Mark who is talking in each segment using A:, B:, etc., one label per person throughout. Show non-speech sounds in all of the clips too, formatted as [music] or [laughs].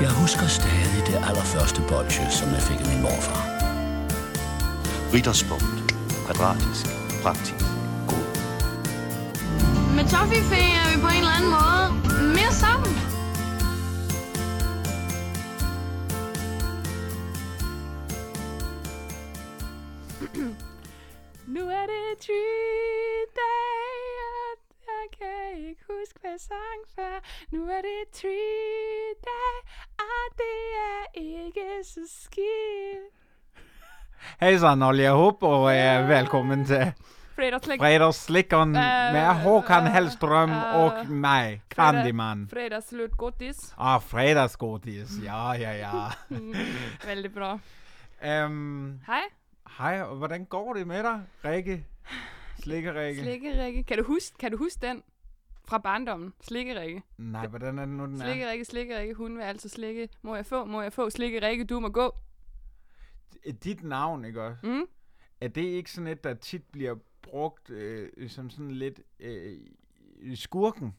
A: Jeg husker stadig det allerførste bolsje, som jeg fik af min morfar.
B: Ritterspunkt. Kvadratisk. Praktisk. God.
C: Med Toffifee er vi på en eller anden måde mere sammen.
D: [clears throat] Nu er det treat day, og jeg kan ikke huske, hvad sang før. Nu er det treat day, og det er ikke så skidt.
E: Hejsan allihop och eh, välkommen till
D: Øh, Fredagslägg.
E: Fredagsslickan
D: øh,
E: med Håkan Hellström
D: eh,
E: och mig, Candyman.
D: Fredagslutgodis.
E: Ah, fredagsgodis. Ja, ja,
D: [laughs]
E: ja.
D: Väldigt bra.
E: um,
D: Hej,
E: hej, og hvordan går det med dig, Rikke? Slikkerikke?
D: Slikke Rikke. Kan du huske, kan du huske den? Fra barndommen. Slikke Rikke.
E: Nej, hvordan er det nu, den
D: Slikke Rikke, slikke Rikke. Hun vil altid slikke. Må jeg få, må jeg få. Slikke Rikke, du må gå.
E: er? Dit navn, ikke også?
D: Mm?
E: Er det ikke sådan et, der tit bliver brugt øh, som sådan lidt øh, skurken?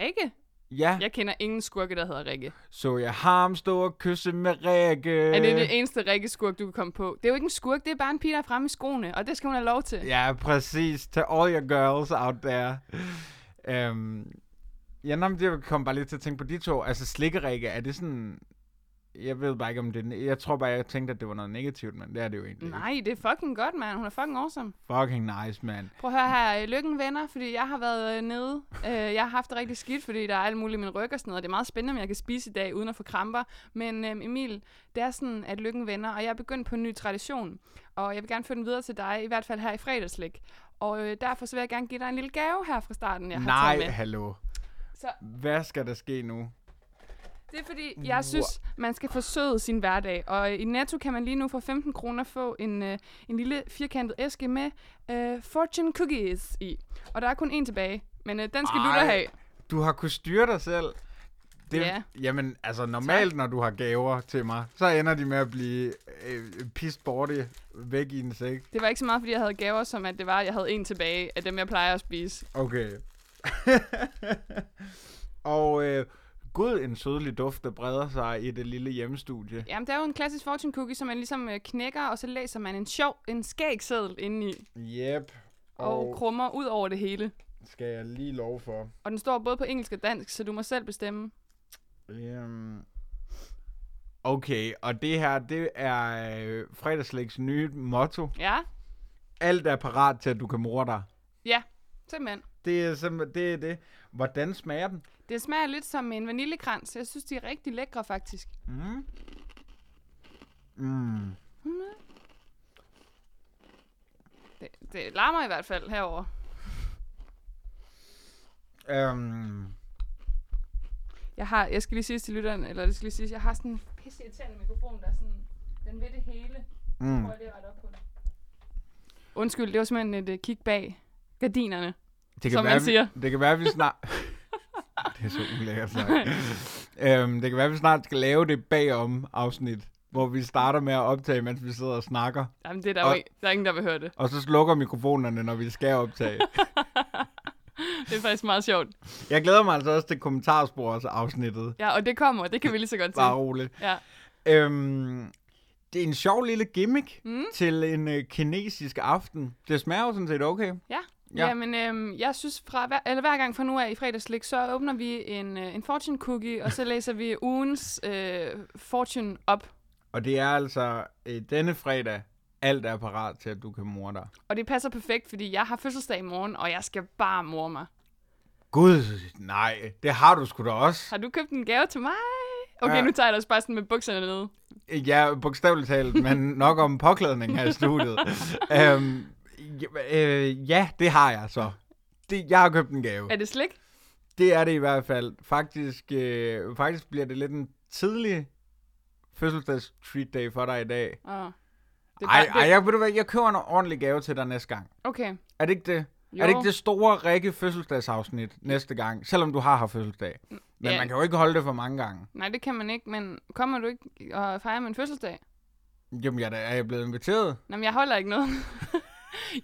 D: Rikke?
E: Ja,
D: Jeg kender ingen skurke, der hedder Rikke.
E: så jeg ham stå og kysse med Rikke.
D: Er det det eneste Rikke-skurk, du kan komme på? Det er jo ikke en skurk, det er bare en pige, der er fremme i skoene, og det skal hun have lov til.
E: Ja, præcis. To all your girls out there. øhm, ja, nå, men det kom bare lidt til at tænke på de to. Altså, slikkerikke, er det sådan... Jeg ved bare ikke, om det er... Jeg tror bare, jeg tænkte, at det var noget negativt, men det er det jo egentlig
D: Nej, det er fucking godt, mand. Hun er fucking awesome.
E: ikke. Fucking nice, mand.
D: Prøv at høre her. øh, Lykken, venner, fordi jeg har været øh, nede. Øh, jeg har haft det rigtig skidt, fordi der er alt muligt i min ryg og sådan noget. Det er meget spændende, om jeg kan spise i dag, uden at få kramper. Men øh, Emil, det er sådan, at lykken vender, og jeg er begyndt på en ny tradition. Og jeg vil gerne føre den videre til dig, i hvert fald her i fredagslæg. Og øh, derfor så vil jeg gerne give dig en lille gave her fra starten, jeg har
E: Nej,
D: taget med.
E: hallo.
D: Så-
E: Hvad skal der ske nu?
D: Det er fordi, jeg synes, man skal forsøde sin hverdag. Og øh, i Netto kan man lige nu for 15 kroner få en, øh, en lille firkantet æske med øh, fortune cookies i. Og der er kun en tilbage, men øh, den skal Ej. du da
E: Ej.
D: have.
E: Du har kunnet styre dig selv. Det,
D: Ja.
E: Jamen, altså normalt, når du har gaver til mig, så ender de med at blive øh, pissed borte væk i en sæk.
D: Det var ikke så meget, fordi jeg havde gaver, som at det var, at jeg havde en tilbage af dem, jeg plejer at spise.
E: Okay. [laughs] og øh, gud, en sødlig duft, der breder sig i det lille hjemmestudie.
D: Jamen, det er jo en klassisk fortune cookie, som man ligesom øh, knækker, og så læser man en sjov, en skægseddel indeni,
E: Yep.
D: og krummer ud over det hele.
E: skal jeg lige lov for.
D: Og den står både på engelsk og dansk, så du må selv bestemme.
E: Um, okay, og det her, det er øh, fredagslægs nye motto.
D: Ja?
E: Alt er parat til, at du kan morde dig.
D: Ja, simpelthen.
E: Det er simpelthen det. Er det. Hvordan smager den?
D: Det smager lidt som en vaniljekrans. Jeg synes, de er rigtig lækre, faktisk.
E: Mm. Mm.
D: Det, det larmer i hvert fald herover.
E: Um,
D: Jeg, har, jeg skal lige sige til lytterne, eller det skal lige sige, jeg har sådan en pisse irriterende mikrofon, der er sådan, den ved det hele.
E: mm.
D: Prøv lige at rette op på det. Undskyld, det var simpelthen et uh, kig bag gardinerne.
E: Det
D: Som man
E: være, vi-
D: siger.
E: Det kan være, vi snart... [laughs] det er så ulækkert sagt. øhm, det kan være, vi snart skal lave det bagom afsnit, hvor vi starter med at optage, mens vi sidder og snakker,
D: Jamen, det er der, jo
E: Og-
D: ikke, der er ingen, der vil høre det.
E: og så slukker mikrofonerne, når vi skal optage.
D: Det er faktisk meget sjovt.
E: Jeg glæder mig altså også til kommentarsporsafsnittet.
D: Ja, og det kommer, det kan vi lige så godt sige.
E: Bare roligt.
D: Ja.
E: Øhm, det er en sjov lille gimmick
D: Mm.
E: mm. til en øh, kinesisk aften. Det smager jo sådan set okay.
D: Ja.
E: Ja.
D: ja. Jamen, øhm, jeg synes, fra hver, eller hver gang fra nu af i fredagslik, så åbner vi en, øh, en fortune cookie, og så læser vi ugens øh, fortune op.
E: Og det er altså øh, denne fredag, alt er parat til, at du kan morde dig.
D: Og det passer perfekt, fordi jeg har fødselsdag i morgen, og jeg skal bare mor mig.
E: Gud, nej, det har du sgu da også.
D: Har du købt en gave til mig? Okay,
E: Ja.
D: nu tager jeg dig også bare sådan med bukserne nede.
E: Ja, bogstaveligt
D: [laughs]
E: talt, men nok om påklædning her i studiet. øhm, ja, øh, ja, det har jeg så. Det, jeg har købt en gave.
D: Er det slik?
E: Det er det i hvert fald. Faktisk, øh, faktisk bliver det lidt en tidlig fødselsdags treat day for dig i dag.
D: Oh. Det er
E: Ej,
D: bare-
E: ej jeg, ved du hvad, jeg køber en ordentlig gave til dig næste gang.
D: Okay.
E: Er det ikke det?
D: Jo.
E: Er det ikke det store Rikke fødselsdagsafsnit næste gang, selvom du har haft fødselsdag? Men
D: Mm, ja.
E: man kan jo ikke holde det for mange gange.
D: Nej, det kan man ikke, men kommer du ikke og fejrer min fødselsdag?
E: Jamen, jeg er da- er jeg blevet inviteret.
D: Nå, men jeg holder ikke noget. [laughs]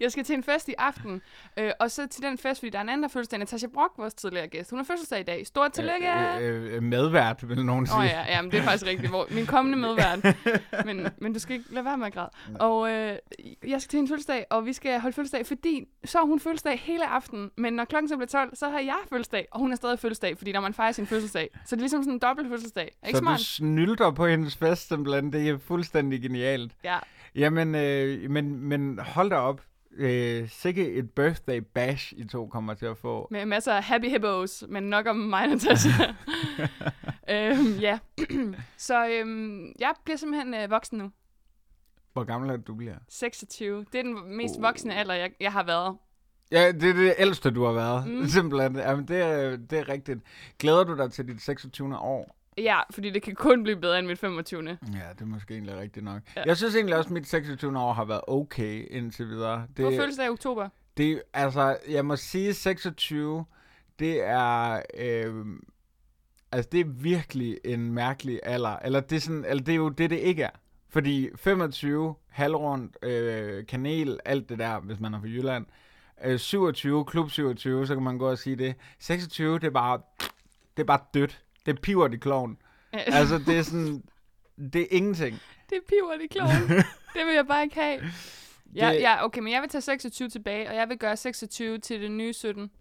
D: Jeg skal til en fest i aften, øh, og så til den fest, fordi der er en anden, der har fødselsdag, Natasha Brock, vores tidligere gæst. Hun har fødselsdag i dag. Stort tillykke! Åh øh, øh,
E: Øh, øh, medvært, vil nogen sige.
D: øh. oh, ja, ja, men det er faktisk rigtigt. Hvor, min kommende medvært.
E: [laughs]
D: Men, men du skal ikke lade være med at græde. Og øh, jeg skal til hendes fødselsdag, og vi skal holde fødselsdag, fordi så har hun fødselsdag hele aftenen. Men når klokken så bliver 12, så har jeg fødselsdag, og hun er stadig fødselsdag, fordi når man fejrer sin fødselsdag. Så det er ligesom sådan en dobbelt fødselsdag. Er ikke
E: Så
D: smart?
E: du snylder på hendes fest, simpelthen. Det er fuldstændig genialt.
D: Ja.
E: Jamen, øh, men, men hold da op. Øh, sikke et birthday bash, I to kommer til at få.
D: Med masser af happy hippos, men nok om mig,
E: [laughs]
D: Natasha. øhm, ja. [clears throat] så øhm, jeg bliver simpelthen øh, voksen nu.
E: Hvor gammel er det, du bliver?
D: 26. Det er den mest
E: Oh.
D: voksne alder, jeg, jeg har været.
E: Ja, det er det ældste, du har været. Mm. [laughs] Simpelthen. Jamen, det er, det er rigtigt. Glæder du dig til dit 26. år?
D: Ja, fordi det kan kun blive bedre end mit 25.
E: Ja, det er måske egentlig rigtigt nok. Ja. Jeg synes egentlig også, at mit 26. år har været okay indtil videre.
D: På
E: Det,
D: fødselsdag i oktober.
E: det altså, jeg må sige, 26, det er... Øh, altså, det er virkelig en mærkelig alder. Eller det er, sådan, eller det er jo det, det ikke er. Fordi 25, halvrund, øh, kanel, alt det der, hvis man er fra Jylland. Øh, 27, klub 27, så kan man gå og sige det. 26, det er bare, det er bare dødt. Det er pivert i kloven. Altså, det er sådan, det er ingenting.
D: Det piver, det
E: [laughs]
D: kloge. det vil jeg bare ikke have. Ja,
E: Det-
D: ja, okay, men jeg vil tage 26 tilbage, og jeg vil gøre 26 til det nye 17.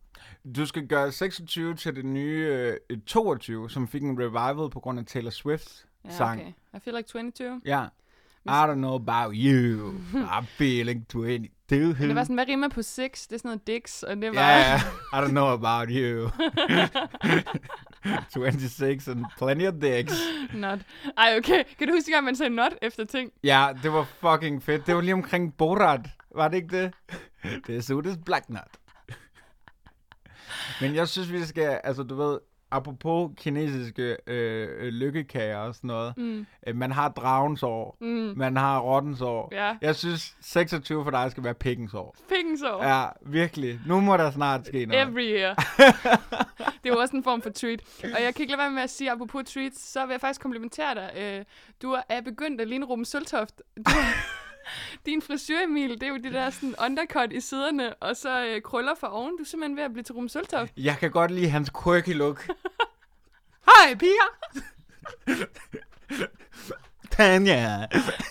E: Du skal gøre 26 til det nye øh, 22, som fik en revival på grund af Taylor Swift's
D: Ja,
E: sang. Mm.
D: okay. I feel like 22.
E: Ja. I don't know about
D: [laughs]
E: you. I'm feeling 22.
D: Men det var sådan, hvad rimer på 6? Det er sådan noget dicks, og det var...
E: Yeah, I don't know about you. [laughs] 26 and plenty of dicks.
D: [laughs] Not. Ej, okay. Kan du huske, at man sagde not efter ting?
E: Ja, det var fucking fedt. Det var lige omkring Borat. Var det ikke det? Det er Sudes Black Nut. Men jeg synes, vi skal, altså du ved, apropos kinesiske øh, øh, lykkekager og sådan noget. Mm. Øh, man har dragens år. Mm. Man har rottens år.
D: Ja.
E: Jeg synes, 26 for dig skal være pikkens år.
D: Pingsår.
E: Ja, virkelig. Nu må der snart ske noget.
D: Every year. det er jo også en form for treat. Og jeg kan ikke lade være med at sige, apropos treats, så vil jeg faktisk komplimentere dig. Øh, Du er begyndt at ligne Ruben Søltoft. Du [laughs] Din frisyr, Emil, det er jo det der sådan undercut i siderne, og så øh, krøller for oven. Du er simpelthen ved at blive til Ruben Søltoft.
E: Jeg kan godt lide hans quirky look. [laughs]
D: Hej, piger!
E: Tanja!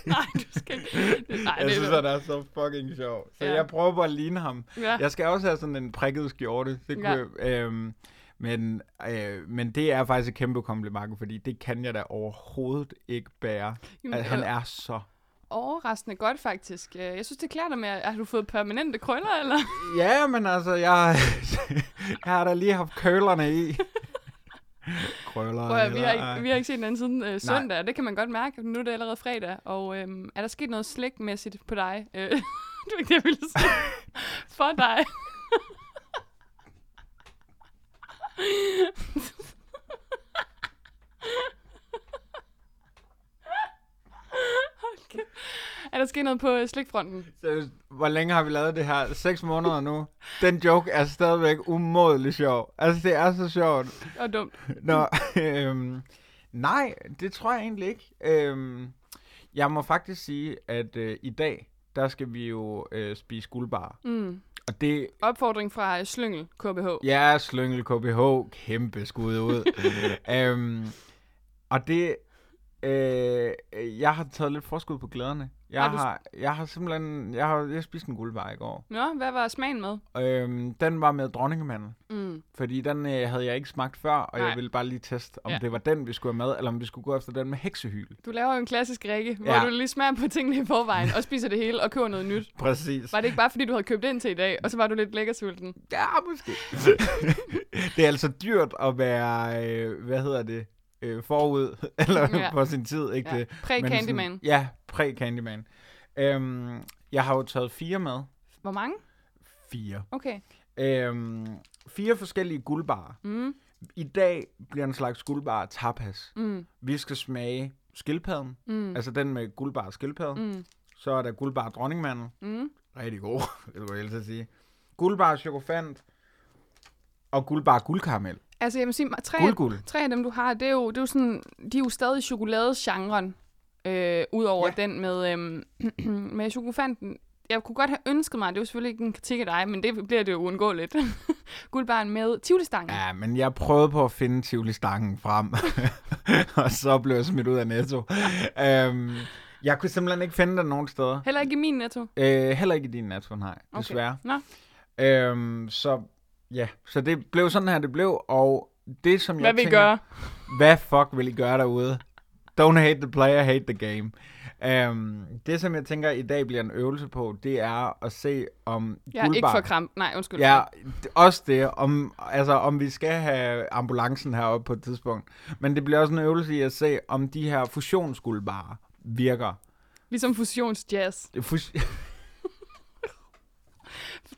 D: Nej, du skal
E: [laughs]
D: ikke. Det- Nej,
E: Jeg
D: det
E: synes,
D: er
E: han er så fucking sjov. Så
D: Ja.
E: ja. jeg prøver bare at ligne ham.
D: Ja.
E: Jeg skal også have sådan en prikket skjorte. Det kunne,
D: Ja.
E: jeg- øhm, men, øh, men det er faktisk et kæmpe kompliment, fordi det kan jeg da overhovedet ikke bære.
D: Jamen,
E: Altså, han
D: øh.
E: er så...
D: overraskende godt, faktisk. Øh, Jeg synes, det klæder dig med, at har du fået permanente krøller, eller?
E: Ja, men altså, jeg, [laughs] jeg har da lige haft køllerne
D: [laughs]
E: i. Krøller
D: Prøv at, vi,
E: eller
D: har
E: ej.
D: ikke, vi har ikke set hinanden siden øh, søndag, og det kan man godt mærke. Nu er det allerede fredag, og øhm, er der sket noget slægtmæssigt på dig? Øh, [laughs] det var ikke det, jeg ville sige. For dig. okay. Er der sket noget på øh, slægtfronten?
E: Seriøst, Hvor længe har vi lavet det her? 6 måneder nu. Den joke er stadigvæk umådelig sjov. Altså, det er så sjovt.
D: Og dumt.
E: Nå,
D: Mm.
E: [laughs] øhm, nej, det tror jeg egentlig ikke. Øhm, jeg må faktisk sige, at øh, i dag, der skal vi jo øh, spise guldbar. Mm. Og det
D: Opfordring fra øh, Slyngel, KBH.
E: Ja, Slyngel KBH, kæmpe skud
D: [laughs]
E: ud. øhm, og det, øh, jeg har taget lidt forskud på glæderne. Jeg
D: Har du-
E: har, jeg har simpelthen, jeg har, jeg spiste en guldbar i går.
D: Nå, hvad var smagen med?
E: Øhm, den var med dronningemandel,
D: Mm.
E: fordi den øh, havde jeg ikke smagt før, og
D: Nej.
E: jeg ville bare lige teste, om
D: Ja.
E: ja. det var den, vi skulle have med, eller om vi skulle gå efter den med heksehyl.
D: Du laver jo en klassisk række, hvor
E: Ja.
D: du lige smager på tingene i forvejen, og spiser det hele og køber noget nyt.
E: Præcis.
D: Var det ikke bare, fordi du havde købt ind til i dag, og så var du lidt lækkersulten?
E: Ja, måske. [laughs] det er altså dyrt at være, øh, hvad hedder det, øh, forud, [laughs] eller
D: Ja.
E: ja. på sin tid, ikke
D: Ja.
E: det?
D: Præ-Candyman.
E: Men sådan- Ja, præ-Candyman. Øhm, jeg har jo taget fire med.
D: Hvor mange?
E: Fire.
D: Okay.
E: Øhm, fire forskellige guldbarer.
D: Mm.
E: I dag bliver en slags guldbar tapas.
D: Mm.
E: Vi skal smage skildpadden,
D: Mm.
E: altså den med guldbar skildpadde.
D: Mm.
E: Så er der guldbar dronningmanden.
D: Mm.
E: Rigtig god, [laughs] det var jeg helst at sige. Guldbar chokofant og guldbar guldkaramel.
D: Altså, jeg må sige, tre,
E: Guld, guld.
D: tre af dem, du har, det er jo, det er jo sådan, de er jo stadig i chokoladegenren, øh, ud over ja.
E: Ja.
D: den [clears throat] med, øhm, med chokofanten. jeg kunne godt have ønsket mig, det er jo selvfølgelig ikke en kritik af dig, men det bliver det jo uundgåeligt, [laughs] guldbarn med tivolistangen. Ja.
E: Ja, men jeg prøvede på at finde Tivoli-stangen frem, [laughs] og så blev jeg smidt ud af Netto. øhm, jeg kunne simpelthen ikke finde den nogen steder.
D: Heller ikke i min netto.
E: Øh, heller ikke i din Netto, nej, desværre.
D: Nå,
E: Øhm, så ja, så det blev sådan her, det blev, og det som
D: hvad
E: jeg
D: vil I
E: tænker,
D: gøre?
E: hvad fuck vil I gøre derude? Don't hate the player, hate the game. Øhm, det som jeg tænker i dag bliver en øvelse på, det er at se om
D: Jeg er ikke
E: Guldbarn-
D: for kramp. Nej, undskyld.
E: Ja, d- også det, om, altså, om vi skal have ambulancen heroppe på et tidspunkt. Men det bliver også en øvelse i at se, om de her fusionsguldbarer virker.
D: Ligesom fusionsjazz.
E: Det er Fus- [laughs]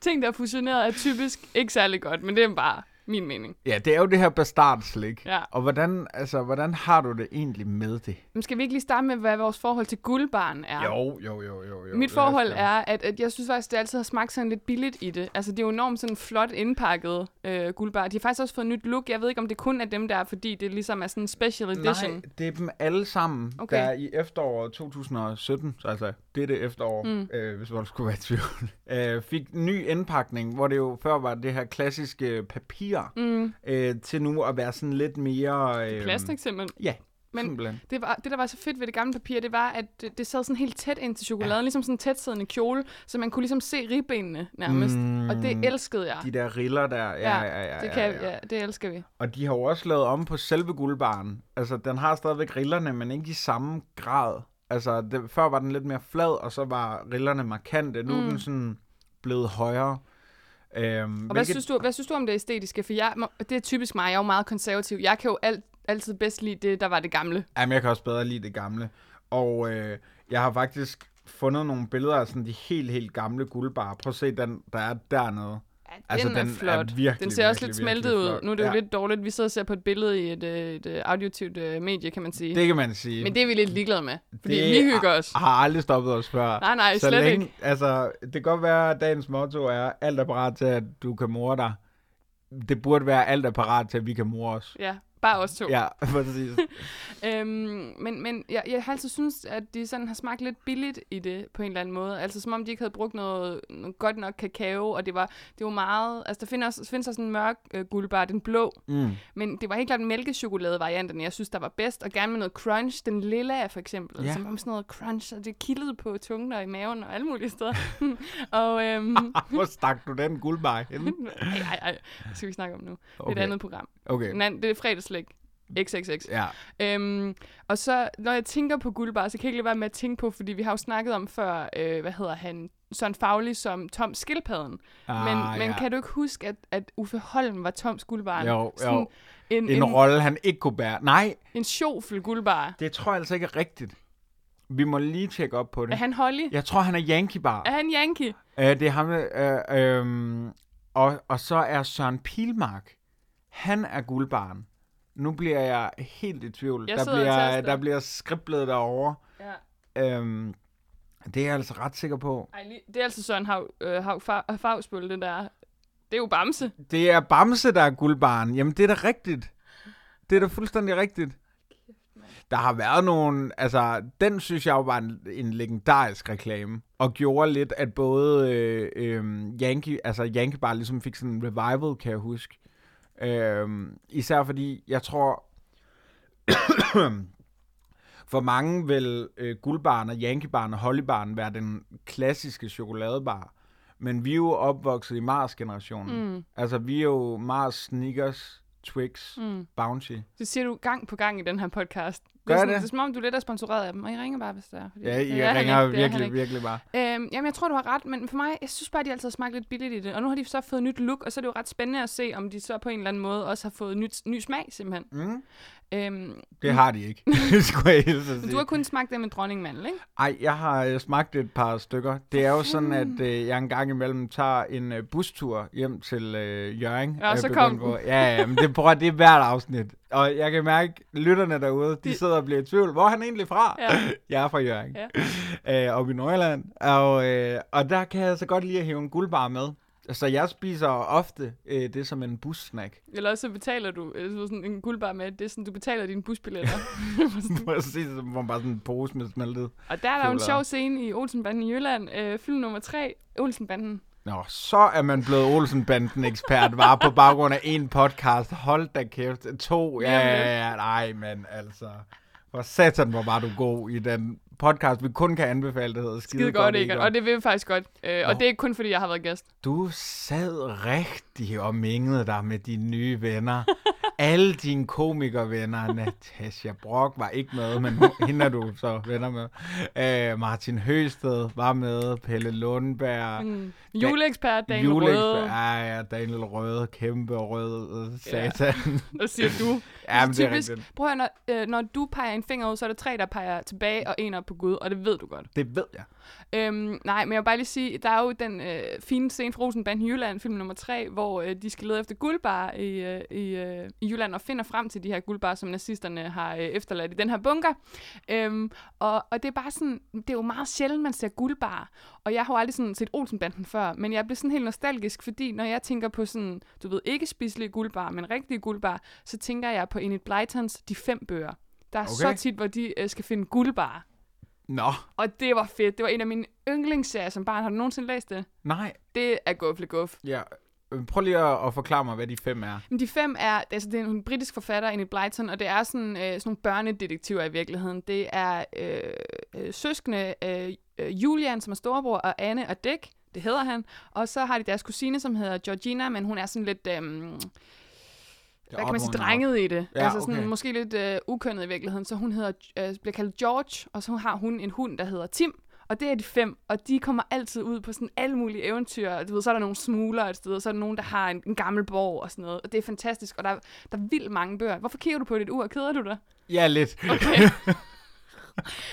D: Ting, der er fusioneret, er typisk ikke særlig godt, men det er bare min mening.
E: ja, det er jo det her bastardslik.
D: Ja.
E: Og hvordan, altså, hvordan har du det egentlig med det?
D: Men skal vi ikke lige starte med, hvad vores forhold til guldbarn er?
E: Jo, jo, jo, jo. jo
D: Mit
E: lad os
D: forhold
E: gøre det.
D: er, at, at jeg synes faktisk, det altid har smagt sådan lidt billigt i det. Altså, det er jo enormt sådan flot indpakket øh, guldbar. De har faktisk også fået nyt look. Jeg ved ikke, om det kun er dem der, er, fordi det ligesom er sådan en special edition.
E: Nej, det er dem alle sammen,
D: Okay.
E: okay. der i efteråret 2017, så altså det det efterår, mm. øh, hvis man skulle være i tvivl, [laughs] øh, fik en ny indpakning, hvor det jo før var det her klassiske papir, mm. øh, til nu at være sådan lidt mere... Øh,
D: Plastik simpelthen.
E: Ja,
D: Men-
E: Men... simpelthen.
D: Det, var, det, der var så fedt ved det gamle papir, det var, at det, det sad sådan helt tæt ind til chokoladen, ja. ligesom sådan en tætsiddende kjole, så man kunne ligesom se ribbenene nærmest. Mm, og det elskede jeg.
E: De der riller der, ja, ja, ja, ja,
D: det, kan,
E: ja,
D: ja, det elsker vi.
E: Og de har jo også lavet om på selve guldbaren. Altså, den har stadigvæk rillerne, men ikke i samme grad. Altså, det, før var den lidt mere flad, og så var rillerne markante. Nu mm. er den sådan blevet højere. Øhm,
D: Og hvad synes, du, hvad synes du om det æstetiske? For jeg, må- det er typisk mig, jeg er jo meget konservativ. Jeg kan jo alt, altid bedst lide det, der var det gamle.
E: Jamen, jeg kan også bedre lide det gamle. Og øh, jeg har faktisk fundet nogle billeder af sådan de helt, helt gamle guldbarer. Prøv at se den, der er dernede.
D: Ja, den,
E: Altså,
D: er
E: den er
D: flot.
E: virkelig,
D: den ser også
E: virkelig,
D: lidt
E: virkelig
D: smeltet ud.
E: flot.
D: Nu er det jo
E: Ja.
D: lidt dårligt, vi sidder og ser på et billede i et, øh, et, et auditivt øh, medie, kan man sige. Det,
E: Det kan man sige.
D: Men det er vi lidt ligeglade med, fordi
E: Det Ah.
D: det, vi hygger os.
E: har aldrig stoppet os før.
D: Nej, nej,
E: så
D: slet
E: længe,
D: ikke.
E: Altså, det kan godt være, at dagens motto er, alt er parat til, at du kan more dig. Det burde være, alt er parat til, at vi kan more os.
D: Ja, bare os to.
E: Ja, [laughs] præcis.
D: Øhm, men men jeg, jeg har altid synes, at de sådan har smagt lidt billigt i det på en eller anden måde. Altså som om de ikke havde brugt noget, noget godt nok kakao, og det var, det var meget... Altså der findes, også- findes også en mørk øh, guldbar, den blå,
E: Mm.
D: men det var helt klart mælkechokoladevarianten, jeg synes, der var bedst, og gerne med noget crunch, den lilla for eksempel, ja.
E: Ja.
D: som om sådan noget crunch, og det kildede på tungen og i maven og alle mulige steder. [laughs] og
E: [laughs]
D: øhm,
E: Hvor stak du den guldbar henne?
D: ej, ej, ej, det skal vi snakke om nu. Okay. Det er
E: Okay.
D: et andet program.
E: Okay,
D: En anden- Det er fredagslæg. XXX.
E: ja.
D: Øhm, og så, når jeg tænker på guldbar, så kan jeg ikke lade være med at tænke på, fordi vi har jo snakket om før, øh, hvad hedder han, Søren Faglig som Tom Skildpadden.
E: Ah,
D: men, men
E: ja.
D: kan du ikke huske, at, at Uffe Holm var Toms guldbarn?
E: Jo,
D: Sådan
E: jo.
D: En,
E: En,
D: en, en,
E: rolle, han ikke kunne bære. Nej,
D: en sjofel guldbar.
E: det tror jeg altså ikke er rigtigt. Vi må lige tjekke op på det.
D: Er han Holly? Ja.
E: Jeg tror, han er Yankee Bar.
D: Er han Yankee?
E: Øh, det er ham, øh, øh, og, og så er Søren Pilmark. Han er guldbarn. Nu bliver jeg helt i tvivl.
D: Jeg
E: der,
D: sidder og
E: bliver,
D: taster.
E: der bliver skriblet derovre.
D: Ja.
E: Øhm, det er jeg altså ret sikker på.
D: Ej, lige, det er altså Søren Hav, øh, Hav, Fa- Fagsbøl, den der. Det er jo Bamse.
E: Det er Bamse, der er guldbarn. Jamen, det er da rigtigt. Det er da fuldstændig rigtigt. Der har været nogle... Altså, den synes jeg jo var en, en legendarisk reklame. Og gjorde lidt, at både øh, øh, Yankee... Altså, Yankee bare ligesom fik sådan en revival, kan jeg huske. Øh, især fordi, jeg tror... [coughs] For mange vil øh, guldbaren og Yankeebaren og Hollybaren være den klassiske chokoladebar. Men vi er jo opvokset i Mars-generationen. Mm. Altså, vi er jo Mars, Snickers, Twix, mm. Bounty.
D: Det siger du gang på gang i den her podcast. Det
E: Gør
D: er,
E: jeg
D: sådan,
E: det?
D: det er som om, du lidt er sponsoreret af dem, og I ringer bare, hvis det er. Fordi
E: Ja,
D: det er
E: I
D: han
E: ringer
D: ikke, det er han
E: virkelig,
D: ikke.
E: virkelig bare.
D: Øhm, jamen, jeg tror, du har ret, men for mig, jeg synes bare, at de altid har smagt lidt billigt i det. Og nu har de så fået nyt look, og så er det jo ret spændende at se, om de så på en eller anden måde også har fået nyt, ny smag, simpelthen.
E: Mm.
D: Øhm,
E: Det har de ikke, [laughs] skulle jeg hilse at
D: men
E: sige.
D: du har kun smagt det med dronningmandel, ikke?
E: Ej, jeg har øh, smagt et par stykker. Det er jo sådan, at øh, jeg en gang imellem tager en øh, bustur hjem til øh, Jørgen.
D: Ja,
E: er jeg
D: så
E: begyndt
D: kom
E: på. Ja, ja, men det, prøver, det er hvert afsnit. Og jeg kan mærke, lytterne derude, de
D: De-
E: sidder og bliver i tvivl. Hvor er han egentlig fra?
D: Ja.
E: [laughs] jeg er fra Jørgen. Ja. Øh, oppe i Nordjylland. Og, øh, og der kan jeg så godt lide at hæve en guldbar med. Altså, jeg spiser ofte øh, det som en bussnack. [laughs]
D: Eller også så betaler du øh, så sådan en guldbar med, det er sådan, du betaler dine busbilletter.
E: Præcis, så får man bare sådan en pose med smeltet.
D: [laughs] og der er der jo en
E: Chokolade.
D: sjov scene i Olsenbanden i Jylland, øh, film nummer 3, Olsenbanden.
E: Nå, så er man blevet Olsenbanden-ekspert, var på baggrund af en podcast. Hold da kæft. To, ja,
D: Jamen,
E: ja, ja, nej, men altså. Hvor satan, hvor var du god i den podcast, vi kun kan anbefale, det hedder Skide,
D: Skide godt, Egon. Og det vil jeg faktisk godt. Øh, og
E: Nå.
D: det er ikke kun, fordi jeg har været gæst.
E: Du sad rigtig og mingede dig med dine nye venner. Alle dine komikervenner, Natasha Brock var ikke med, men nu- hende er du så venner med. Øh, Martin Høsted var med, Pelle Lundberg.
D: Mm. Juleekspert, Daniel
E: Julex-
D: Røde.
E: Ja, Ah, ja, Daniel Røde, kæmpe rød øh,
D: [laughs]
E: satan.
D: Der siger du.
E: Ja, men
D: Altså,
E: det er
D: typisk,
E: rigtigt.
D: prøv at høre, når, øh, når du peger en finger ud, så er der tre, der peger tilbage og en op på Gud, og det ved du godt.
E: Det ved jeg.
D: Øhm, nej, men jeg vil bare lige sige, der er jo den øh, fine scene fra Rosenband i Jylland, film nummer 3, hvor øh, de skal lede efter guldbar i, øh, i, øh, i Jylland og finder frem til de her guldbar, som nazisterne har øh, efterladt i den her bunker. Øhm, og, og det er bare sådan, det er jo meget sjældent, man ser guldbar. Og jeg har jo aldrig sådan set Olsenbanden før, men jeg bliver sådan helt nostalgisk, fordi når jeg tænker på sådan, du ved, ikke spiselige guldbar, men rigtige guldbar, så tænker jeg på Enid Blytons De Fem Bøger. Der er okay. så
E: Okay.
D: tit, hvor de øh, skal finde guldbar.
E: Nå,
D: Og det var fedt. Det var en af mine yndlingsserier som barn. Har du nogensinde læst det?
E: nej.
D: Det er guffle guff.
E: Ja. øh, Prøv lige at, at forklare mig, hvad de fem er.
D: Men de fem er, altså det er en britisk forfatter, Enid Blyton, og det er sådan, øh, sådan nogle børnedetektiver i virkeligheden. Det er øh, øh, søskende øh, øh, Julian, som er storebror, og Anne og Dick, det hedder han. Og så har de deres kusine, som hedder Georgina, men hun er sådan lidt, øh, hvad kan man sige, drenget i det.
E: Ja,
D: Ja, altså sådan,
E: okay.
D: okay. måske lidt øh, ukønnet i virkeligheden. Så hun hedder, øh, bliver kaldt George, og så har hun en hund, der hedder Tim. Og det er de fem, og de kommer altid ud på sådan alle mulige eventyr. Og Du ved, så er der nogle smugler et sted, og så er der nogen, der har en, en gammel borg og sådan noget. Og det er fantastisk, og der, er- der er vildt mange bøger. Hvorfor kigger du på dit ur? Keder du dig?
E: Ja, lidt.
D: Okay.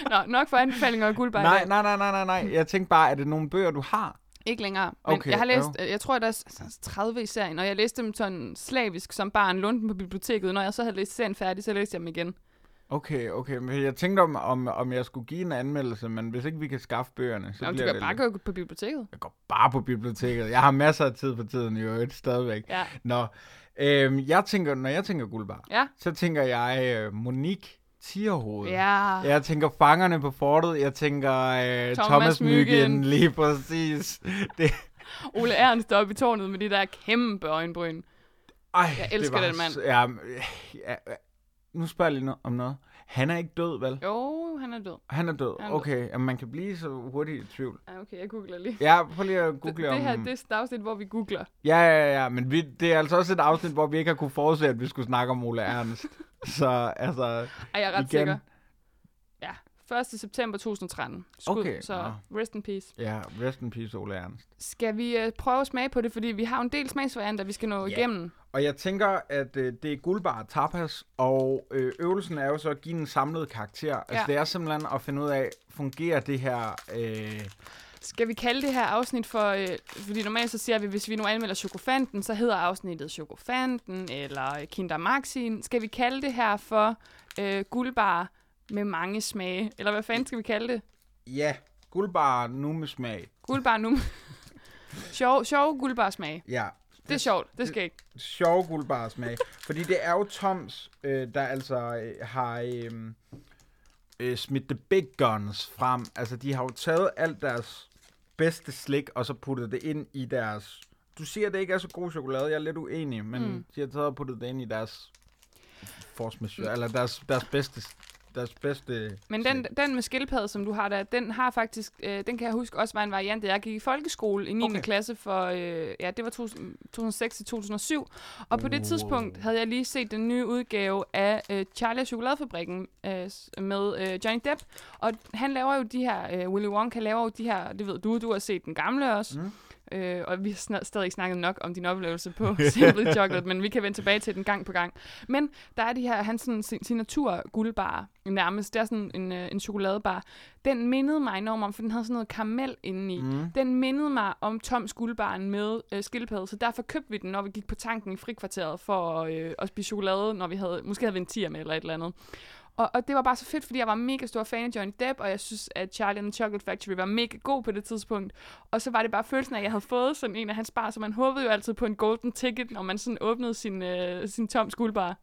D: Nå, nok for anbefalinger og guldbar. i
E: [laughs] Nej,
D: dag.
E: nej, nej, nej, nej, nej. Jeg tænkte bare, er det nogle bøger, du har?
D: Ikke længere. Men
E: Okay,
D: okay, jeg har læst,
E: jo.
D: øh, jeg tror, der er s- 30 i serien, og jeg læste dem sådan slavisk som barn, lånte dem på biblioteket. Når jeg så havde læst serien færdig, så læste jeg dem igen.
E: Okay, okay. Men jeg tænkte, om, om, om jeg skulle give en anmeldelse, men hvis ikke vi kan skaffe bøgerne, så
D: Nå, men du
E: bliver
D: kan
E: det
D: bare
E: lidt-
D: gå på biblioteket.
E: Jeg går bare på biblioteket. Jeg har masser af tid på tiden i øvrigt stadigvæk.
D: Ja.
E: Nå, øhm, jeg tænker, når jeg tænker guldbar,
D: Ja.
E: så tænker jeg øh, Monique Tierhoved.
D: Ja.
E: Jeg tænker fangerne på fortet. Jeg tænker øh, Thomas,
D: Thomas
E: Thomas Myggen.
D: Mygind.
E: Lige præcis. Det,
D: Ole Ernst der er oppe i tårnet med de der kæmpe øjenbryn.
E: ej,
D: Jeg elsker
E: det var
D: den mand.
E: s- Ja, øh, ja, øh, nu spørger jeg lige no- om noget. Han er ikke død, vel?
D: Jo, han er død.
E: Han er død.
D: Han er død.
E: okay, jamen, man kan blive så hurtigt i tvivl.
D: Ja, okay, jeg googler lige.
E: Ja, prøv lige at google
D: det, det her,
E: om...
D: det er sådan et afsnit, hvor vi googler.
E: Ja, ja, ja, men vi, det er altså også et afsnit, hvor vi ikke har kunne forudse, at vi skulle snakke om
D: [laughs]
E: Ole Ernst. så altså,
D: Ej, jeg er ret
E: Igen.
D: Igen. sikker. Ja, 1. september 2013. Skud,
E: Okay,
D: så
E: nå.
D: rest in peace.
E: ja, rest in peace, Ole Ernst.
D: Skal vi øh, prøve at smage på det, fordi vi har jo en del smagsvarianter, vi skal nå
E: Ja.
D: igennem.
E: Og jeg tænker, at øh, det er guldbar tapas, og øh, øvelsen er jo så at give en samlet karakter. Ja. Altså,
D: Ja.
E: det er simpelthen at finde ud af, fungerer det her... Øh,
D: Skal vi kalde det her afsnit for... Øh, fordi normalt så siger vi, hvis vi nu anmelder Chokofanten, så hedder afsnittet Chokofanten eller Kinder Maxien. Skal vi kalde det her for øh, guldbar med mange smage? Eller hvad fanden skal vi kalde det?
E: ja, guldbar nu med smag.
D: Guldbar nu. [laughs] sjov, sjov guldbar smag.
E: Ja,
D: Det er sjovt. Det skal ikke.
E: sjov guldbar smag. Fordi det er jo Toms, øh, der altså øh, har øh, øh, smidt the big guns frem. Altså, de har jo taget alt deres bedste slik, og så puttet det ind i deres... Du siger, at det ikke er så god chokolade. Jeg er lidt uenig, men mm. de har taget og puttet det ind i deres force majeure, eller deres, deres bedste deres bedste
D: Men den, den med skildpadde, som du har der, den har faktisk, øh, den kan jeg huske også var en variant, da jeg gik i folkeskole i 9.
E: Okay.
D: Okay. klasse for, øh, ja, det var 2006-2007. Og på det tidspunkt havde jeg lige set den nye udgave af øh, Charlie og Chokoladefabrikken øh, s- med øh, Johnny Depp. Og han laver jo de her, øh, Willy Wonka laver jo de her, det ved du, du har set den gamle også. Mm. Øh, og vi har sna- stadig ikke snakket nok om din oplevelse på Simply Chocolate, men vi kan vende tilbage til den gang på gang. Men der er de her, hans sådan, sin- signatur guldbar nærmest, det er sådan en, øh, en chokoladebar. Den mindede mig enormt om, for den havde sådan noget karamel indeni. Mm. Den mindede mig om Toms guldbaren med øh, skildpadde, så derfor købte vi den, når vi gik på tanken i frikvarteret for øh, at spise chokolade, når vi havde, måske havde vi en tier med eller et eller andet. Og, og det var bare så fedt, fordi jeg var mega stor fan af Johnny Depp, og jeg synes, at Charlie and the Chocolate Factory var mega god på det tidspunkt. Og så var det bare følelsen af, at jeg havde fået sådan en af hans bar, så man håbede jo altid på en golden ticket, når man sådan åbnede sin, øh, sin tom skuldbar.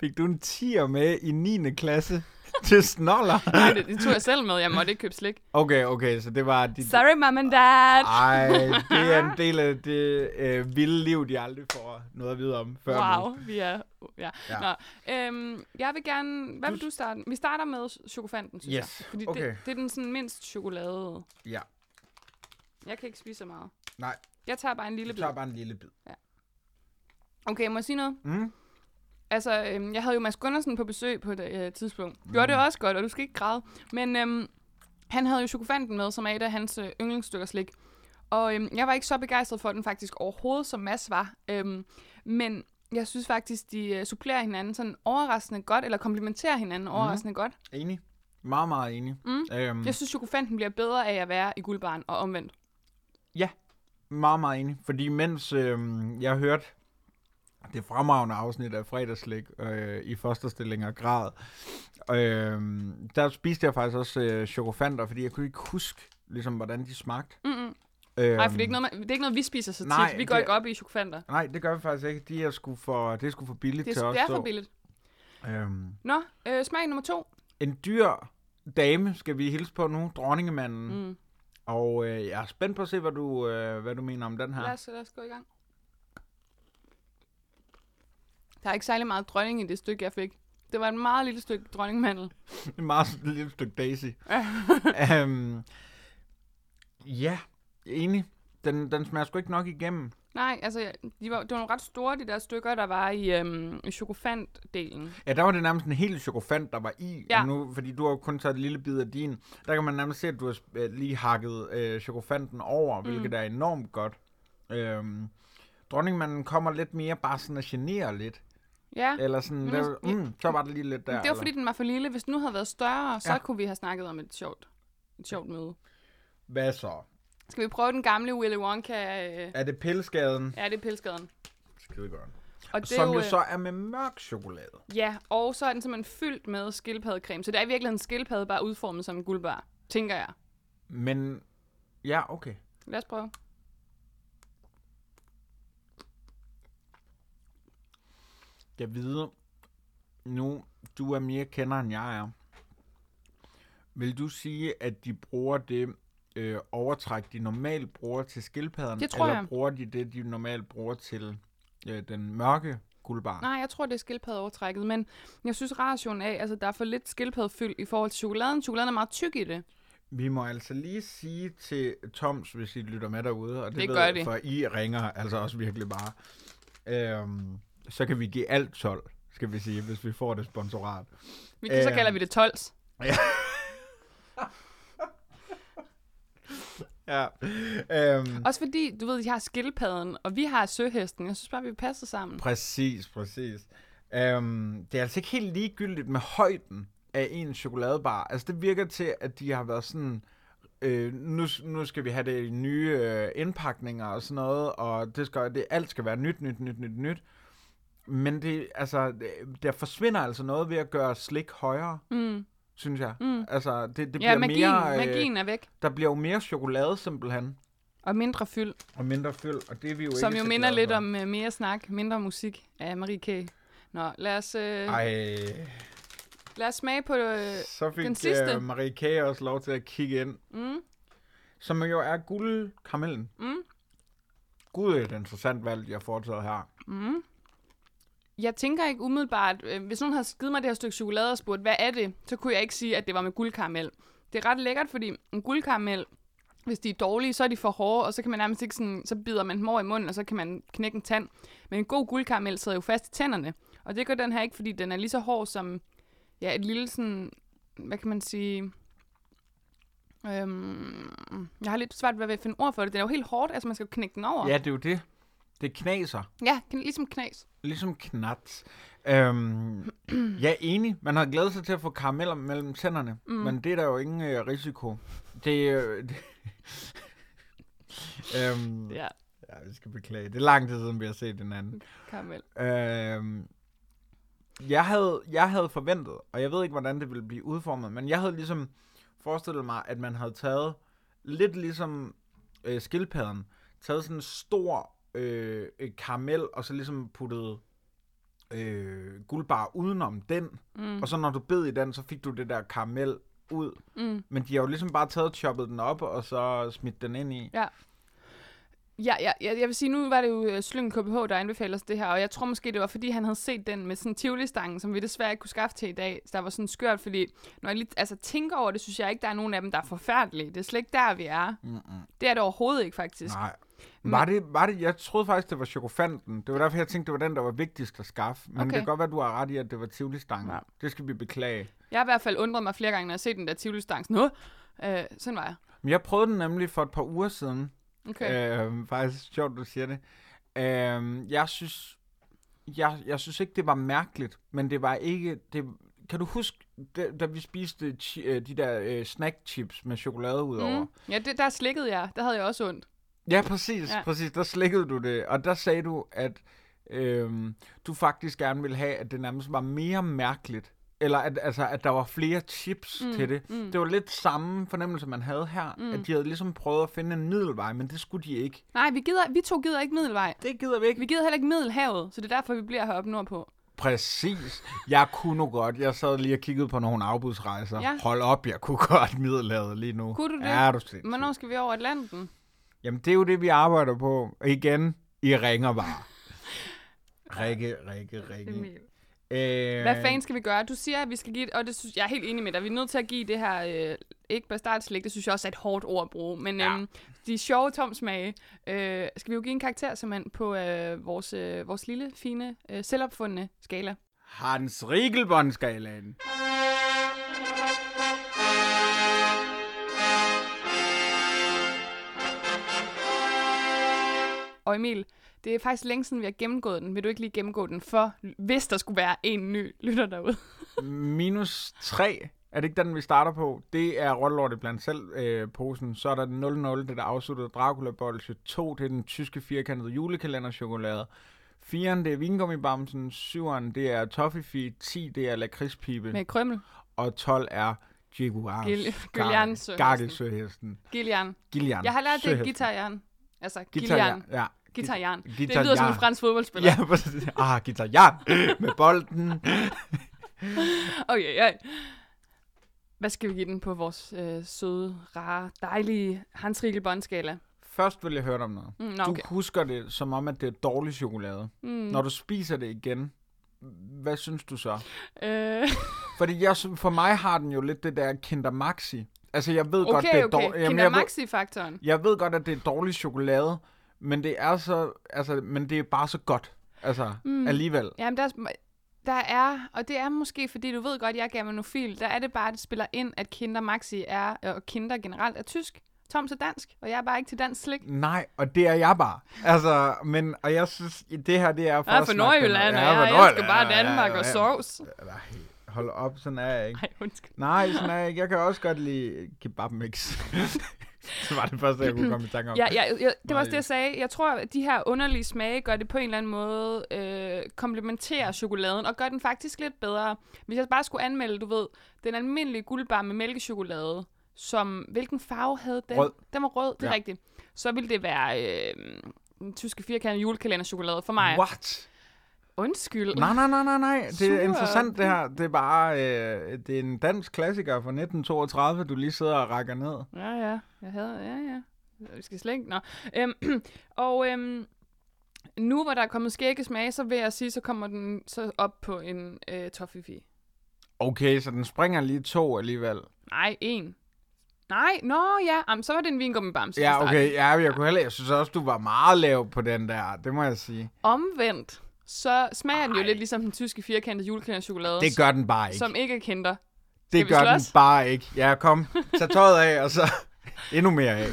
E: Fik du en 10'er med i 9. klasse [laughs] til snoller?
D: Nej, det, det tog jeg selv med. Jeg måtte ikke købe slik.
E: Okay, okay, så det var... De...
D: Sorry, mom and [laughs] dad.
E: Ej, det er en
D: [laughs]
E: del af det øh, vilde liv, de aldrig får noget at vide om før nu.
D: Wow, vi er... Ja.
E: Ja.
D: ja. Nå, øhm, jeg vil gerne... Hvad vil du starte? Vi starter med ch- chokofanten, synes
E: Yes,
D: jeg. Fordi
E: okay.
D: det, det er den sådan mindst chokolade.
E: Ja,
D: Jeg kan ikke spise så meget.
E: nej,
D: Jeg tager bare en lille
E: det
D: bid.
E: tager bare en lille bid.
D: Okay, må jeg sige noget?
E: Mm?
D: Altså, øhm, jeg havde jo Mads Gundersen på besøg på et øh, tidspunkt.
E: Mm.
D: Gjorde det også godt, og du skal ikke græde. Men øhm, han havde jo chokofanten med, som er et af hans øh, yndlingsstykker slik. Og øhm, jeg var ikke så begejstret for den faktisk overhovedet, som Mads var. Øhm, men jeg synes faktisk, de øh, supplerer hinanden sådan overraskende godt, eller komplementerer
E: Mm.
D: hinanden overraskende godt.
E: Enig. Meget, meget enig.
D: Mm.
E: Øhm,
D: Jeg synes, chokofanten bliver bedre af at være i guldbaren og omvendt.
E: Ja, meget, meget enig. Fordi mens øh, jeg hørte det fremragende afsnit af fredagslæg øh, i fosterstilling og grad, øh, der spiste jeg faktisk også øh, chokofanter, fordi jeg kunne ikke huske, ligesom, hvordan de smagte.
D: Mm-mm.
E: Øh,
D: Nej, for det er, ikke noget, man, det er ikke noget, vi spiser så tit.
E: nej,
D: vi går
E: det-
D: ikke op i chokofanter.
E: Nej, det gør vi faktisk ikke. De er sgu for, det er sgu for billigt
D: Det
E: til
D: er,
E: os.
D: det er for
E: så.
D: billigt.
E: Øhm,
D: Nå, øh, smag nummer to.
E: en dyr dame skal vi hilse på nu, dronningemanden. Mm.
D: Mm.
E: Og øh, jeg er spændt på at se, hvad du, øh, hvad du mener om den her.
D: Lad, os, lad os gå i gang. Der er ikke særlig meget dronning i det stykke, jeg fik. Det var et meget lille stykke dronningmandel.
E: [laughs] Et meget sådan lille stykke Daisy. [laughs] um, ja, enig. Den, den smager sgu ikke nok igennem.
D: Nej, altså, jeg- de var, det var nogle ret store, de der stykker, der var i, øhm, i chokofantdelen.
E: Ja, der var det nærmest en hel chokofant, der var i.
D: Ja.
E: Og nu, fordi du har jo kun taget en lille bid af din. Der kan man nærmest se, at du har øh, lige hakket øh, chokofanten over,
D: Mm.
E: hvilket er enormt godt. Øhm, dronningmanden kommer lidt mere bare sådan at genere lidt.
D: Ja, ja
E: Eller sådan,
D: Men
E: der,
D: altså,
E: mm, så var det lige lidt der.
D: det var fordi,
E: eller,
D: den var for lille. Hvis den nu havde været større, så
E: Ja.
D: ja. kunne vi have snakket om et sjovt, et sjovt møde.
E: Hvad så?
D: Skal vi prøve den gamle Willy Wonka? Øh,
E: Er det pilskaden?
D: ja, det er pilskaden.
E: Skide godt.
D: Og det er
E: Som jo
D: øh,
E: så er med mørk chokolade.
D: Ja, og så er den simpelthen fyldt med skildpaddecreme. Så det er i virkeligheden en skildpadde, bare udformet som en guldbar, tænker jeg.
E: Men, ja, okay.
D: Lad os prøve.
E: Jeg vide, nu du er mere kender, end jeg er. Vil du sige, at de bruger det øh, overtræk, de normalt bruger til skildpadderne?
D: Det tror
E: eller
D: jeg.
E: bruger de det, de normalt bruger til øh, den mørke guldbar?
D: Nej, jeg tror, det er skildpaddeovertrækket, men jeg synes rationen af, altså der er for lidt skildpaddefyld i forhold til chokoladen. Chokoladen er meget tyk i det.
E: Vi må altså lige sige til Toms, hvis I lytter med derude, og det,
D: Det
E: ved
D: gør
E: jeg,
D: de.
E: for I ringer altså også virkelig bare. Øhm, så kan vi give alt 12, skal vi sige, hvis vi får det sponsorat.
D: Vi, øh, så
E: Øh.
D: kalder vi det tols.
E: Ja. Øhm,
D: Også fordi, du ved, de har skildpadden, og vi har søhesten. Jeg synes bare, vi passer sammen.
E: Præcis, præcis. Øhm, det er altså ikke helt ligegyldigt med højden af en chokoladebar. Altså det virker til, at de har været sådan, øh, nu, nu skal vi have det i nye øh, indpakninger og sådan noget, og det skal, det, alt skal være nyt, nyt, nyt, nyt, nyt. Men det, altså, det- der forsvinder altså noget ved at gøre slik højere,
D: Mm.
E: synes jeg.
D: Mm.
E: Altså, det, det bliver
D: Ja, magien,
E: mere... øh,
D: magien er væk.
E: Der bliver jo mere chokolade simpelthen,
D: Og mindre fyld,
E: og mindre fyld, og det er vi jo
D: som
E: ikke
D: jo
E: så
D: minder
E: glade
D: lidt
E: for.
D: om uh, mere snak, mindre musik af Marie K. Nå, lad os, øh,
E: Ej.
D: lad os smage på... Øh,
E: Så fik
D: Den sidste.
E: øh, Marie K. også lov til at kigge ind,
D: mm,
E: som jo er guldkaramellen.
D: Mm.
E: Gud, det er et interessant valg, jeg har foretaget her.
D: mm. Jeg tænker ikke umiddelbart, øh, hvis nogen havde givet mig det her stykke chokolade og spurgt, hvad er det, så kunne jeg ikke sige, at det var med guldkaramel. Det er ret lækkert, fordi en guldkaramel, hvis de er dårlige, så er de for hårde, og så kan man nærmest ikke sådan, så bider man dem over i munden, og så kan man knække en tand. Men en god guldkaramel sidder jo fast i tænderne, og det gør den her ikke, fordi den er lige så hård som ja, et lille sådan, hvad kan man sige... Øhm, jeg har lidt svært ved at finde ord for det. Den er jo helt hårdt, altså man skal jo knække den over.
E: Ja, det er jo det. Det knaser.
D: ja kn- ligesom knas.
E: Ligesom knat. Øhm, ja, enig. Man har glædet sig til at få karameller mellem tænderne, mm. men det er der jo ingen øh, risiko. Det er... Øh, [laughs] det øhm, ja.
D: Ja,
E: ja, vi skal beklage. Det er lang tid siden, vi har set den anden.
D: karamel.
E: Øhm, Jeg havde, jeg havde forventet, og jeg ved ikke, hvordan det ville blive udformet, men jeg havde ligesom forestillet mig, at man havde taget, lidt ligesom øh, skildpadden, taget sådan en stor øh, øh, karamel, og så ligesom puttet øh, guldbar udenom den, mm. og så når du bed i den, så fik du det der karamel ud.
D: Mm.
E: Men de har jo ligesom bare taget choppet den op, og så smidt den ind i.
D: Ja. Ja, ja, ja, jeg vil sige, nu var det jo øh, Slyng KBH, der anbefalede os det her, og jeg tror måske, det var, fordi han havde set den med sådan tivoli-stangen, som vi desværre ikke kunne skaffe til i dag. Så der var sådan skørt, fordi når jeg lige altså, tænker over det, synes jeg ikke, der er nogen af dem, der er forfærdelige. Det er slet ikke der, vi er.
E: Mm-mm.
D: Det er det overhovedet ikke, faktisk.
E: Nej. Var det, var det, jeg troede faktisk, det var chokofanten. Det var derfor, jeg tænkte, det var den, der var vigtigst at skaffe. Men okay.
D: Okay.
E: det kan godt være, du har ret i, at det var tivoli ja.
D: Ja.
E: Det skal vi beklage.
D: Jeg har i hvert fald undret mig flere gange, når jeg har set den der tivoli-stang. Sådan, "Åh!" øh, sådan var jeg.
E: Men jeg prøvede den nemlig for et par uger siden.
D: Okay. Øh.
E: Okay. Øh, faktisk sjovt, du siger det. Øh, jeg synes... Jeg, jeg synes ikke, det var mærkeligt, men det var ikke... Det, kan du huske, da, da vi spiste chi, øh, de der øh, snackchips med chokolade udover? Mm.
D: Mm. Ja, det, der slikkede jeg. Der havde jeg også ondt.
E: Ja, præcis, ja.
D: Ja.
E: præcis. Der slikkede du det, og der sagde du, at øhm, du faktisk gerne ville have, at det nærmest var mere mærkeligt, eller at, altså, at der var flere chips mm, til det. Mm. Det var lidt samme fornemmelse, man havde her, mm. at de havde ligesom prøvet at finde en middelvej, men det skulle de ikke.
D: Nej, vi, gider, vi to gider ikke middelvej.
E: Det gider vi ikke.
D: Vi gider heller ikke middelhavet, så det er derfor, vi bliver heroppe nordpå.
E: Præcis. Jeg kunne nu godt. Jeg sad lige og kiggede på nogle afbudsrejser. Ja.
D: Ja.
E: Hold op, jeg kunne godt middelhavet lige nu.
D: Kunne du det?
E: Er du sindssyg?
D: Hvornår skal vi over Atlanten?
E: Jamen, det er jo det, vi arbejder på. Og igen, I ringer bare. Rikke, Rikke, Rikke. Øh,
D: Hvad fanden skal vi gøre? Du siger, at vi skal give et, og det synes, jeg er helt enig med dig, vi er nødt til at give det her, øh, ikke bastardslik, det synes jeg også er et hårdt ord at bruge, men
E: Ja.
D: ja. øhm, de sjove tomsmage, øh, skal vi jo give en karakter simpelthen på øh, vores, øh, vores lille, fine, øh, selvopfundne skala.
E: Hans Riegelbåndskalaen.
D: Og Emil, det er faktisk længe siden, vi har gennemgået den. Vil du ikke lige gennemgå den for, hvis der skulle være en ny lytter derude?
E: Minus 3. Er det ikke den, vi starter på? Det er Rollortet blandt selv øh, posen. Så er der den 00, det der afsluttede dracula bolsje 2, det er den tyske firkantede julekalenderchokolade. 4'eren, det er vingummibamsen. 7'eren, det er toffifee. 10, det er lakridspibe.
D: Med krømmel.
E: Og 12 er Jaguars.
D: Gil- Gillian Søhesten.
E: Gakkelsøhesten.
D: Gillian.
E: Gillian.
D: Jeg har lært det
E: Søhesten.
D: guitarjern. Altså,
E: Guitarjern.
D: Gillian.
E: Ja.
D: Guitarjern. Det
E: Guitarjern.
D: lyder som en fransk fodboldspiller.
E: Ja, præcis. Ah, guitarjern med bolden.
D: Okay, ja. Hvad skal vi give den på vores øh, søde, rare, dejlige Hans Riegel båndskala?
E: Først vil jeg høre dig om noget.
D: Mm, nå, okay.
E: Du husker det som om, at det er dårlig chokolade. Mm. Når du spiser det igen, hvad synes du så?
D: Øh,
E: Fordi jeg, sy- for mig har den jo lidt det der Kinder Maxi. Altså, jeg ved godt, det
D: okay,
E: er dårligt.
D: okay.
E: jeg,
D: Kinder
E: ved,
D: Maxi-faktoren.
E: jeg ved godt, at det er dårlig chokolade, men det er så, altså, men det er bare så godt. Altså, mm. alligevel.
D: Jamen, der, er- der er, og det er måske, fordi du ved godt, jeg er germanofil, der er det bare, at det spiller ind, at Kinder Maxi er, og Kinder generelt er tysk. Toms er dansk, og jeg er bare ikke til dansk slik.
E: Nej, og det er jeg bare. Altså, men, og jeg synes, det her, det er for
D: Jeg er
E: at
D: fra
E: snakke
D: Nørjylland,
E: med-
D: Ah, og
E: Ja, fra
D: jeg elsker
E: Nørjylland,
D: bare
E: ja, ja,
D: Danmark
E: ja,
D: og
E: ja.
D: sovs. [laughs]
E: Nej, hold op, sådan er jeg ikke.
D: Nej, undskyld.
E: Nej, sådan er jeg ikke. Jeg kan også godt lide kebabmix. [laughs] det var det første, jeg kunne komme i tanke om.
D: Ja, ja, ja, det var
E: Nej.
D: også det, jeg sagde. Jeg tror, at de her underlige smage gør det på en eller anden måde, øh, komplementerer chokoladen og gør den faktisk lidt bedre. Hvis jeg bare skulle anmelde, du ved, den almindelige guldbar med mælkechokolade, som, hvilken farve havde den?
E: Rød.
D: Den var rød, det er
E: Ja.
D: ja. rigtigt. Så ville det være øh, den tyske firkantede julekalenderchokolade for mig.
E: What?
D: Undskyld.
E: Nej, nej, nej, nej, nej. Det er
D: Super.
E: interessant, det her. Det er bare, øh, det er en dansk klassiker fra 1932, du lige sidder og rækker ned.
D: Ja, ja. Jeg havde, ja, ja. Vi skal slet ikke, nå. Øhm, [clears throat] og øhm, nu, hvor der er kommet skægge smage, så vil jeg sige, så kommer den så op på en øh, toffifee.
E: Okay, så den springer lige to alligevel.
D: Nej, en. Nej, nå ja, Jamen, så var det en vingummibamse. til
E: Ja,
D: starten.
E: okay. Ja, jeg kunne heller, jeg synes også, du var meget lav på den der. Det må jeg sige.
D: Omvendt, så smager den jo lidt ligesom den tyske firkantede julekalenderchokolade.
E: Det gør den bare ikke.
D: Som ikke er kinder.
E: det
D: vi
E: gør den
D: slås?
E: bare ikke. Ja, kom. Tag tøjet af, og så
D: [laughs]
E: endnu mere af.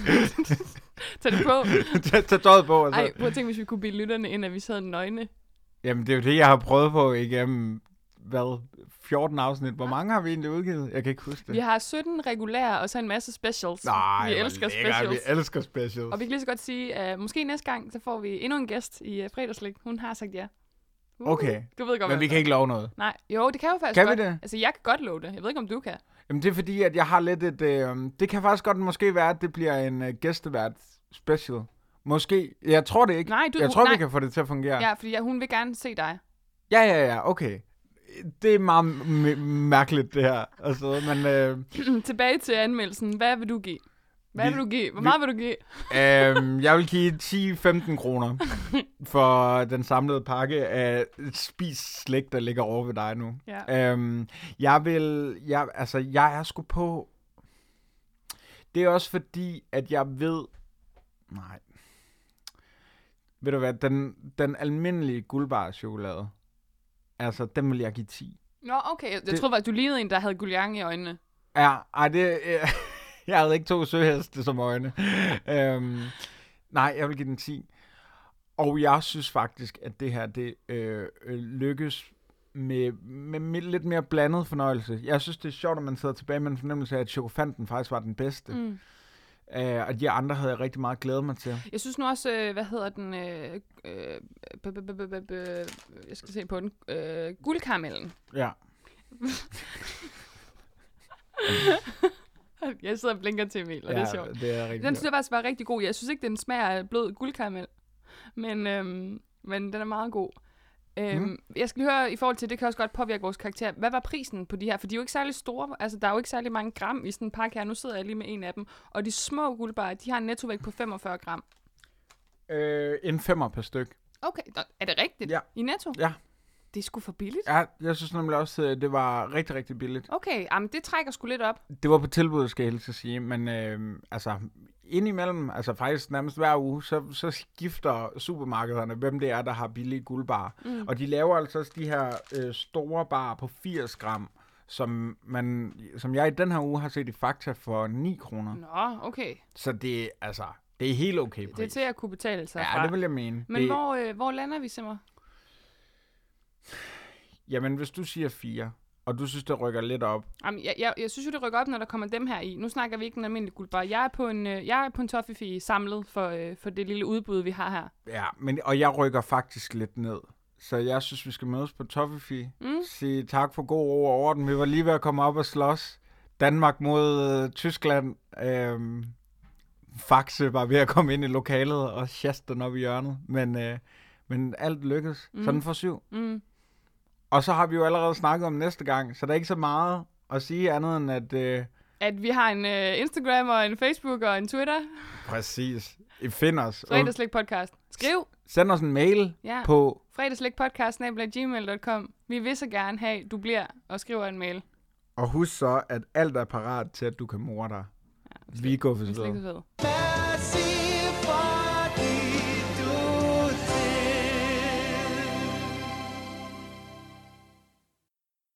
D: Tag det på.
E: [laughs] tag, tag tøjet på, og så...
D: Ej, prøv at tænke, hvis vi kunne bilde lytterne ind, at vi sad nøgne.
E: Jamen, det er jo det, jeg har prøvet på igennem, hvad, 14 afsnit. Hvor mange har vi egentlig udgivet? Jeg kan ikke huske det.
D: Vi har 17 regulære, og så en masse specials.
E: Nej,
D: vi
E: hvor
D: elsker
E: lækkert.
D: specials.
E: Vi elsker specials.
D: øh, Og vi kan lige så godt sige, at måske næste gang, så får vi endnu en gæst i uh, fredagslæg. Hun har sagt ja. Uh,
E: Okay.
D: Du ved godt,
E: Men
D: hvad
E: vi
D: jeg
E: kan ikke love noget.
D: Nej, jo, det kan jeg jo faktisk
E: Kan vi
D: godt.
E: det?
D: Altså, jeg kan godt love det. Jeg ved ikke, om du kan.
E: Jamen, det er fordi, at jeg har lidt et... Øh, det kan faktisk godt måske være, at det bliver en øh, gæstevært special. Måske. Jeg tror det ikke.
D: Nej, du-
E: jeg tror,
D: nej.
E: vi kan få det til at fungere.
D: Ja, fordi jeg, hun vil gerne se dig. [clears throat]
E: Ja, ja, ja, okay. Det er meget m- mærkeligt, det her. Altså, men øh,
D: Tilbage til anmeldelsen. Hvad vil du give? Hvad
E: Vi-
D: vil du give? Hvor
E: vi-
D: meget vil du give?
E: øh, jeg vil give 10-15 kroner for den samlede pakke af spis slik, der ligger over ved dig nu.
D: Ja.
E: Øhm, jeg vil, jeg, altså, jeg er sgu på... Det er også fordi, at jeg ved... Nej. Ved du hvad, den, den almindelige guldbar chokolade, altså, den vil jeg give 10.
D: Nå, okay. Jeg, jeg
E: Det-
D: troede faktisk, du lignede en, der havde guliang i øjnene.
E: Ja, ej, det... Øh, [laughs] jeg havde ikke to søheste som øjne. øhm, nej, jeg vil give den 10. Og jeg synes faktisk, at det her, det øh, øh, lykkes med, med, med lidt mere blandet fornøjelse. Jeg synes, det er sjovt, at man sidder tilbage med en fornemmelse af, at chokofanten faktisk var den bedste. Mm.
D: Mm.
E: Øh, og de andre havde jeg rigtig meget glædet mig til.
D: Jeg synes nu også, øh, hvad hedder den? Øh, øh, b- b- b- b- b- jeg skal se på den. Øh, guldkaramellen.
E: Ja.
D: Jeg sidder og blinker til Emil, og det er sjovt.
E: det er rigtig
D: Den
E: sjovt.
D: synes jeg faktisk var rigtig god. Jeg synes ikke, den smager af blød guldkaramel, men, øhm, men den er meget god. Øhm, mm. Jeg skal lige høre i forhold til, det kan også godt påvirke vores karakter. Hvad var prisen på de her? For de er jo ikke særlig store. Altså, der er jo ikke særlig mange gram i sådan en pakke her. Nu sidder jeg lige med en af dem. Og de små guldbarer, de har en nettovægt på 45 gram.
E: Øh, en femmer per styk.
D: Okay, nå, er det rigtigt?
E: Ja.
D: I netto?
E: Ja.
D: Det er sgu for billigt.
E: Ja, jeg synes nemlig også, øh, det var rigtig, rigtig billigt.
D: Okay, jamen, det trækker sgu lidt op.
E: Det var på tilbud, skal jeg helst at sige, men øh, altså indimellem, altså faktisk nærmest hver uge, så, så skifter supermarkederne, hvem det er, der har billige guldbarer. Mm. Og de laver altså også de her øh, store barer på 80 gram, som, man, som jeg i den her uge har set i Fakta for 9 kroner.
D: Nå, okay.
E: Så det, er, altså, det er helt okay
D: Det er
E: pris.
D: til at kunne betale sig
E: ja,
D: fra.
E: det vil jeg mene.
D: Men
E: det,
D: hvor, øh, hvor lander vi, Simmer?
E: Jamen, hvis du siger 4, og du synes, det rykker lidt op,
D: Jamen, jeg, jeg, jeg synes jo, det rykker op, når der kommer dem her i. Nu snakker vi ikke den almindelige guldbar. Jeg er på en, øh, jeg er på en toffifee samlet for, øh, for det lille udbud, vi har her.
E: Ja, men, og jeg rykker faktisk lidt ned. Så jeg synes, vi skal mødes på Toffefi.
D: Mm.
E: Sige tak for god ro og orden. Vi var lige ved at komme op og slås. Danmark mod øh, Tyskland. Øhm, Faxe var ved at komme ind i lokalet og sjaste den op i hjørnet. Men, øh, men alt lykkedes. Mm. Sådan for syv.
D: Mm.
E: Og så har vi jo allerede snakket om næste gang, så der er ikke så meget at sige andet end, at øh,
D: At vi har en øh, Instagram og en Facebook og en Twitter.
E: præcis, I find os. Og
D: Fredagslæg podcast. Skriv!
E: send os en mail
D: Ja.
E: på
D: fredagslægpodcast.gmail.com Vi vil så gerne have, du bliver og skriver en mail.
E: Og husk så, at alt er parat til, at du kan morde dig. Ja, vi
D: Det er
E: er
D: slet
E: guffet
D: ikke så fedt.
F: Passiv-Freude.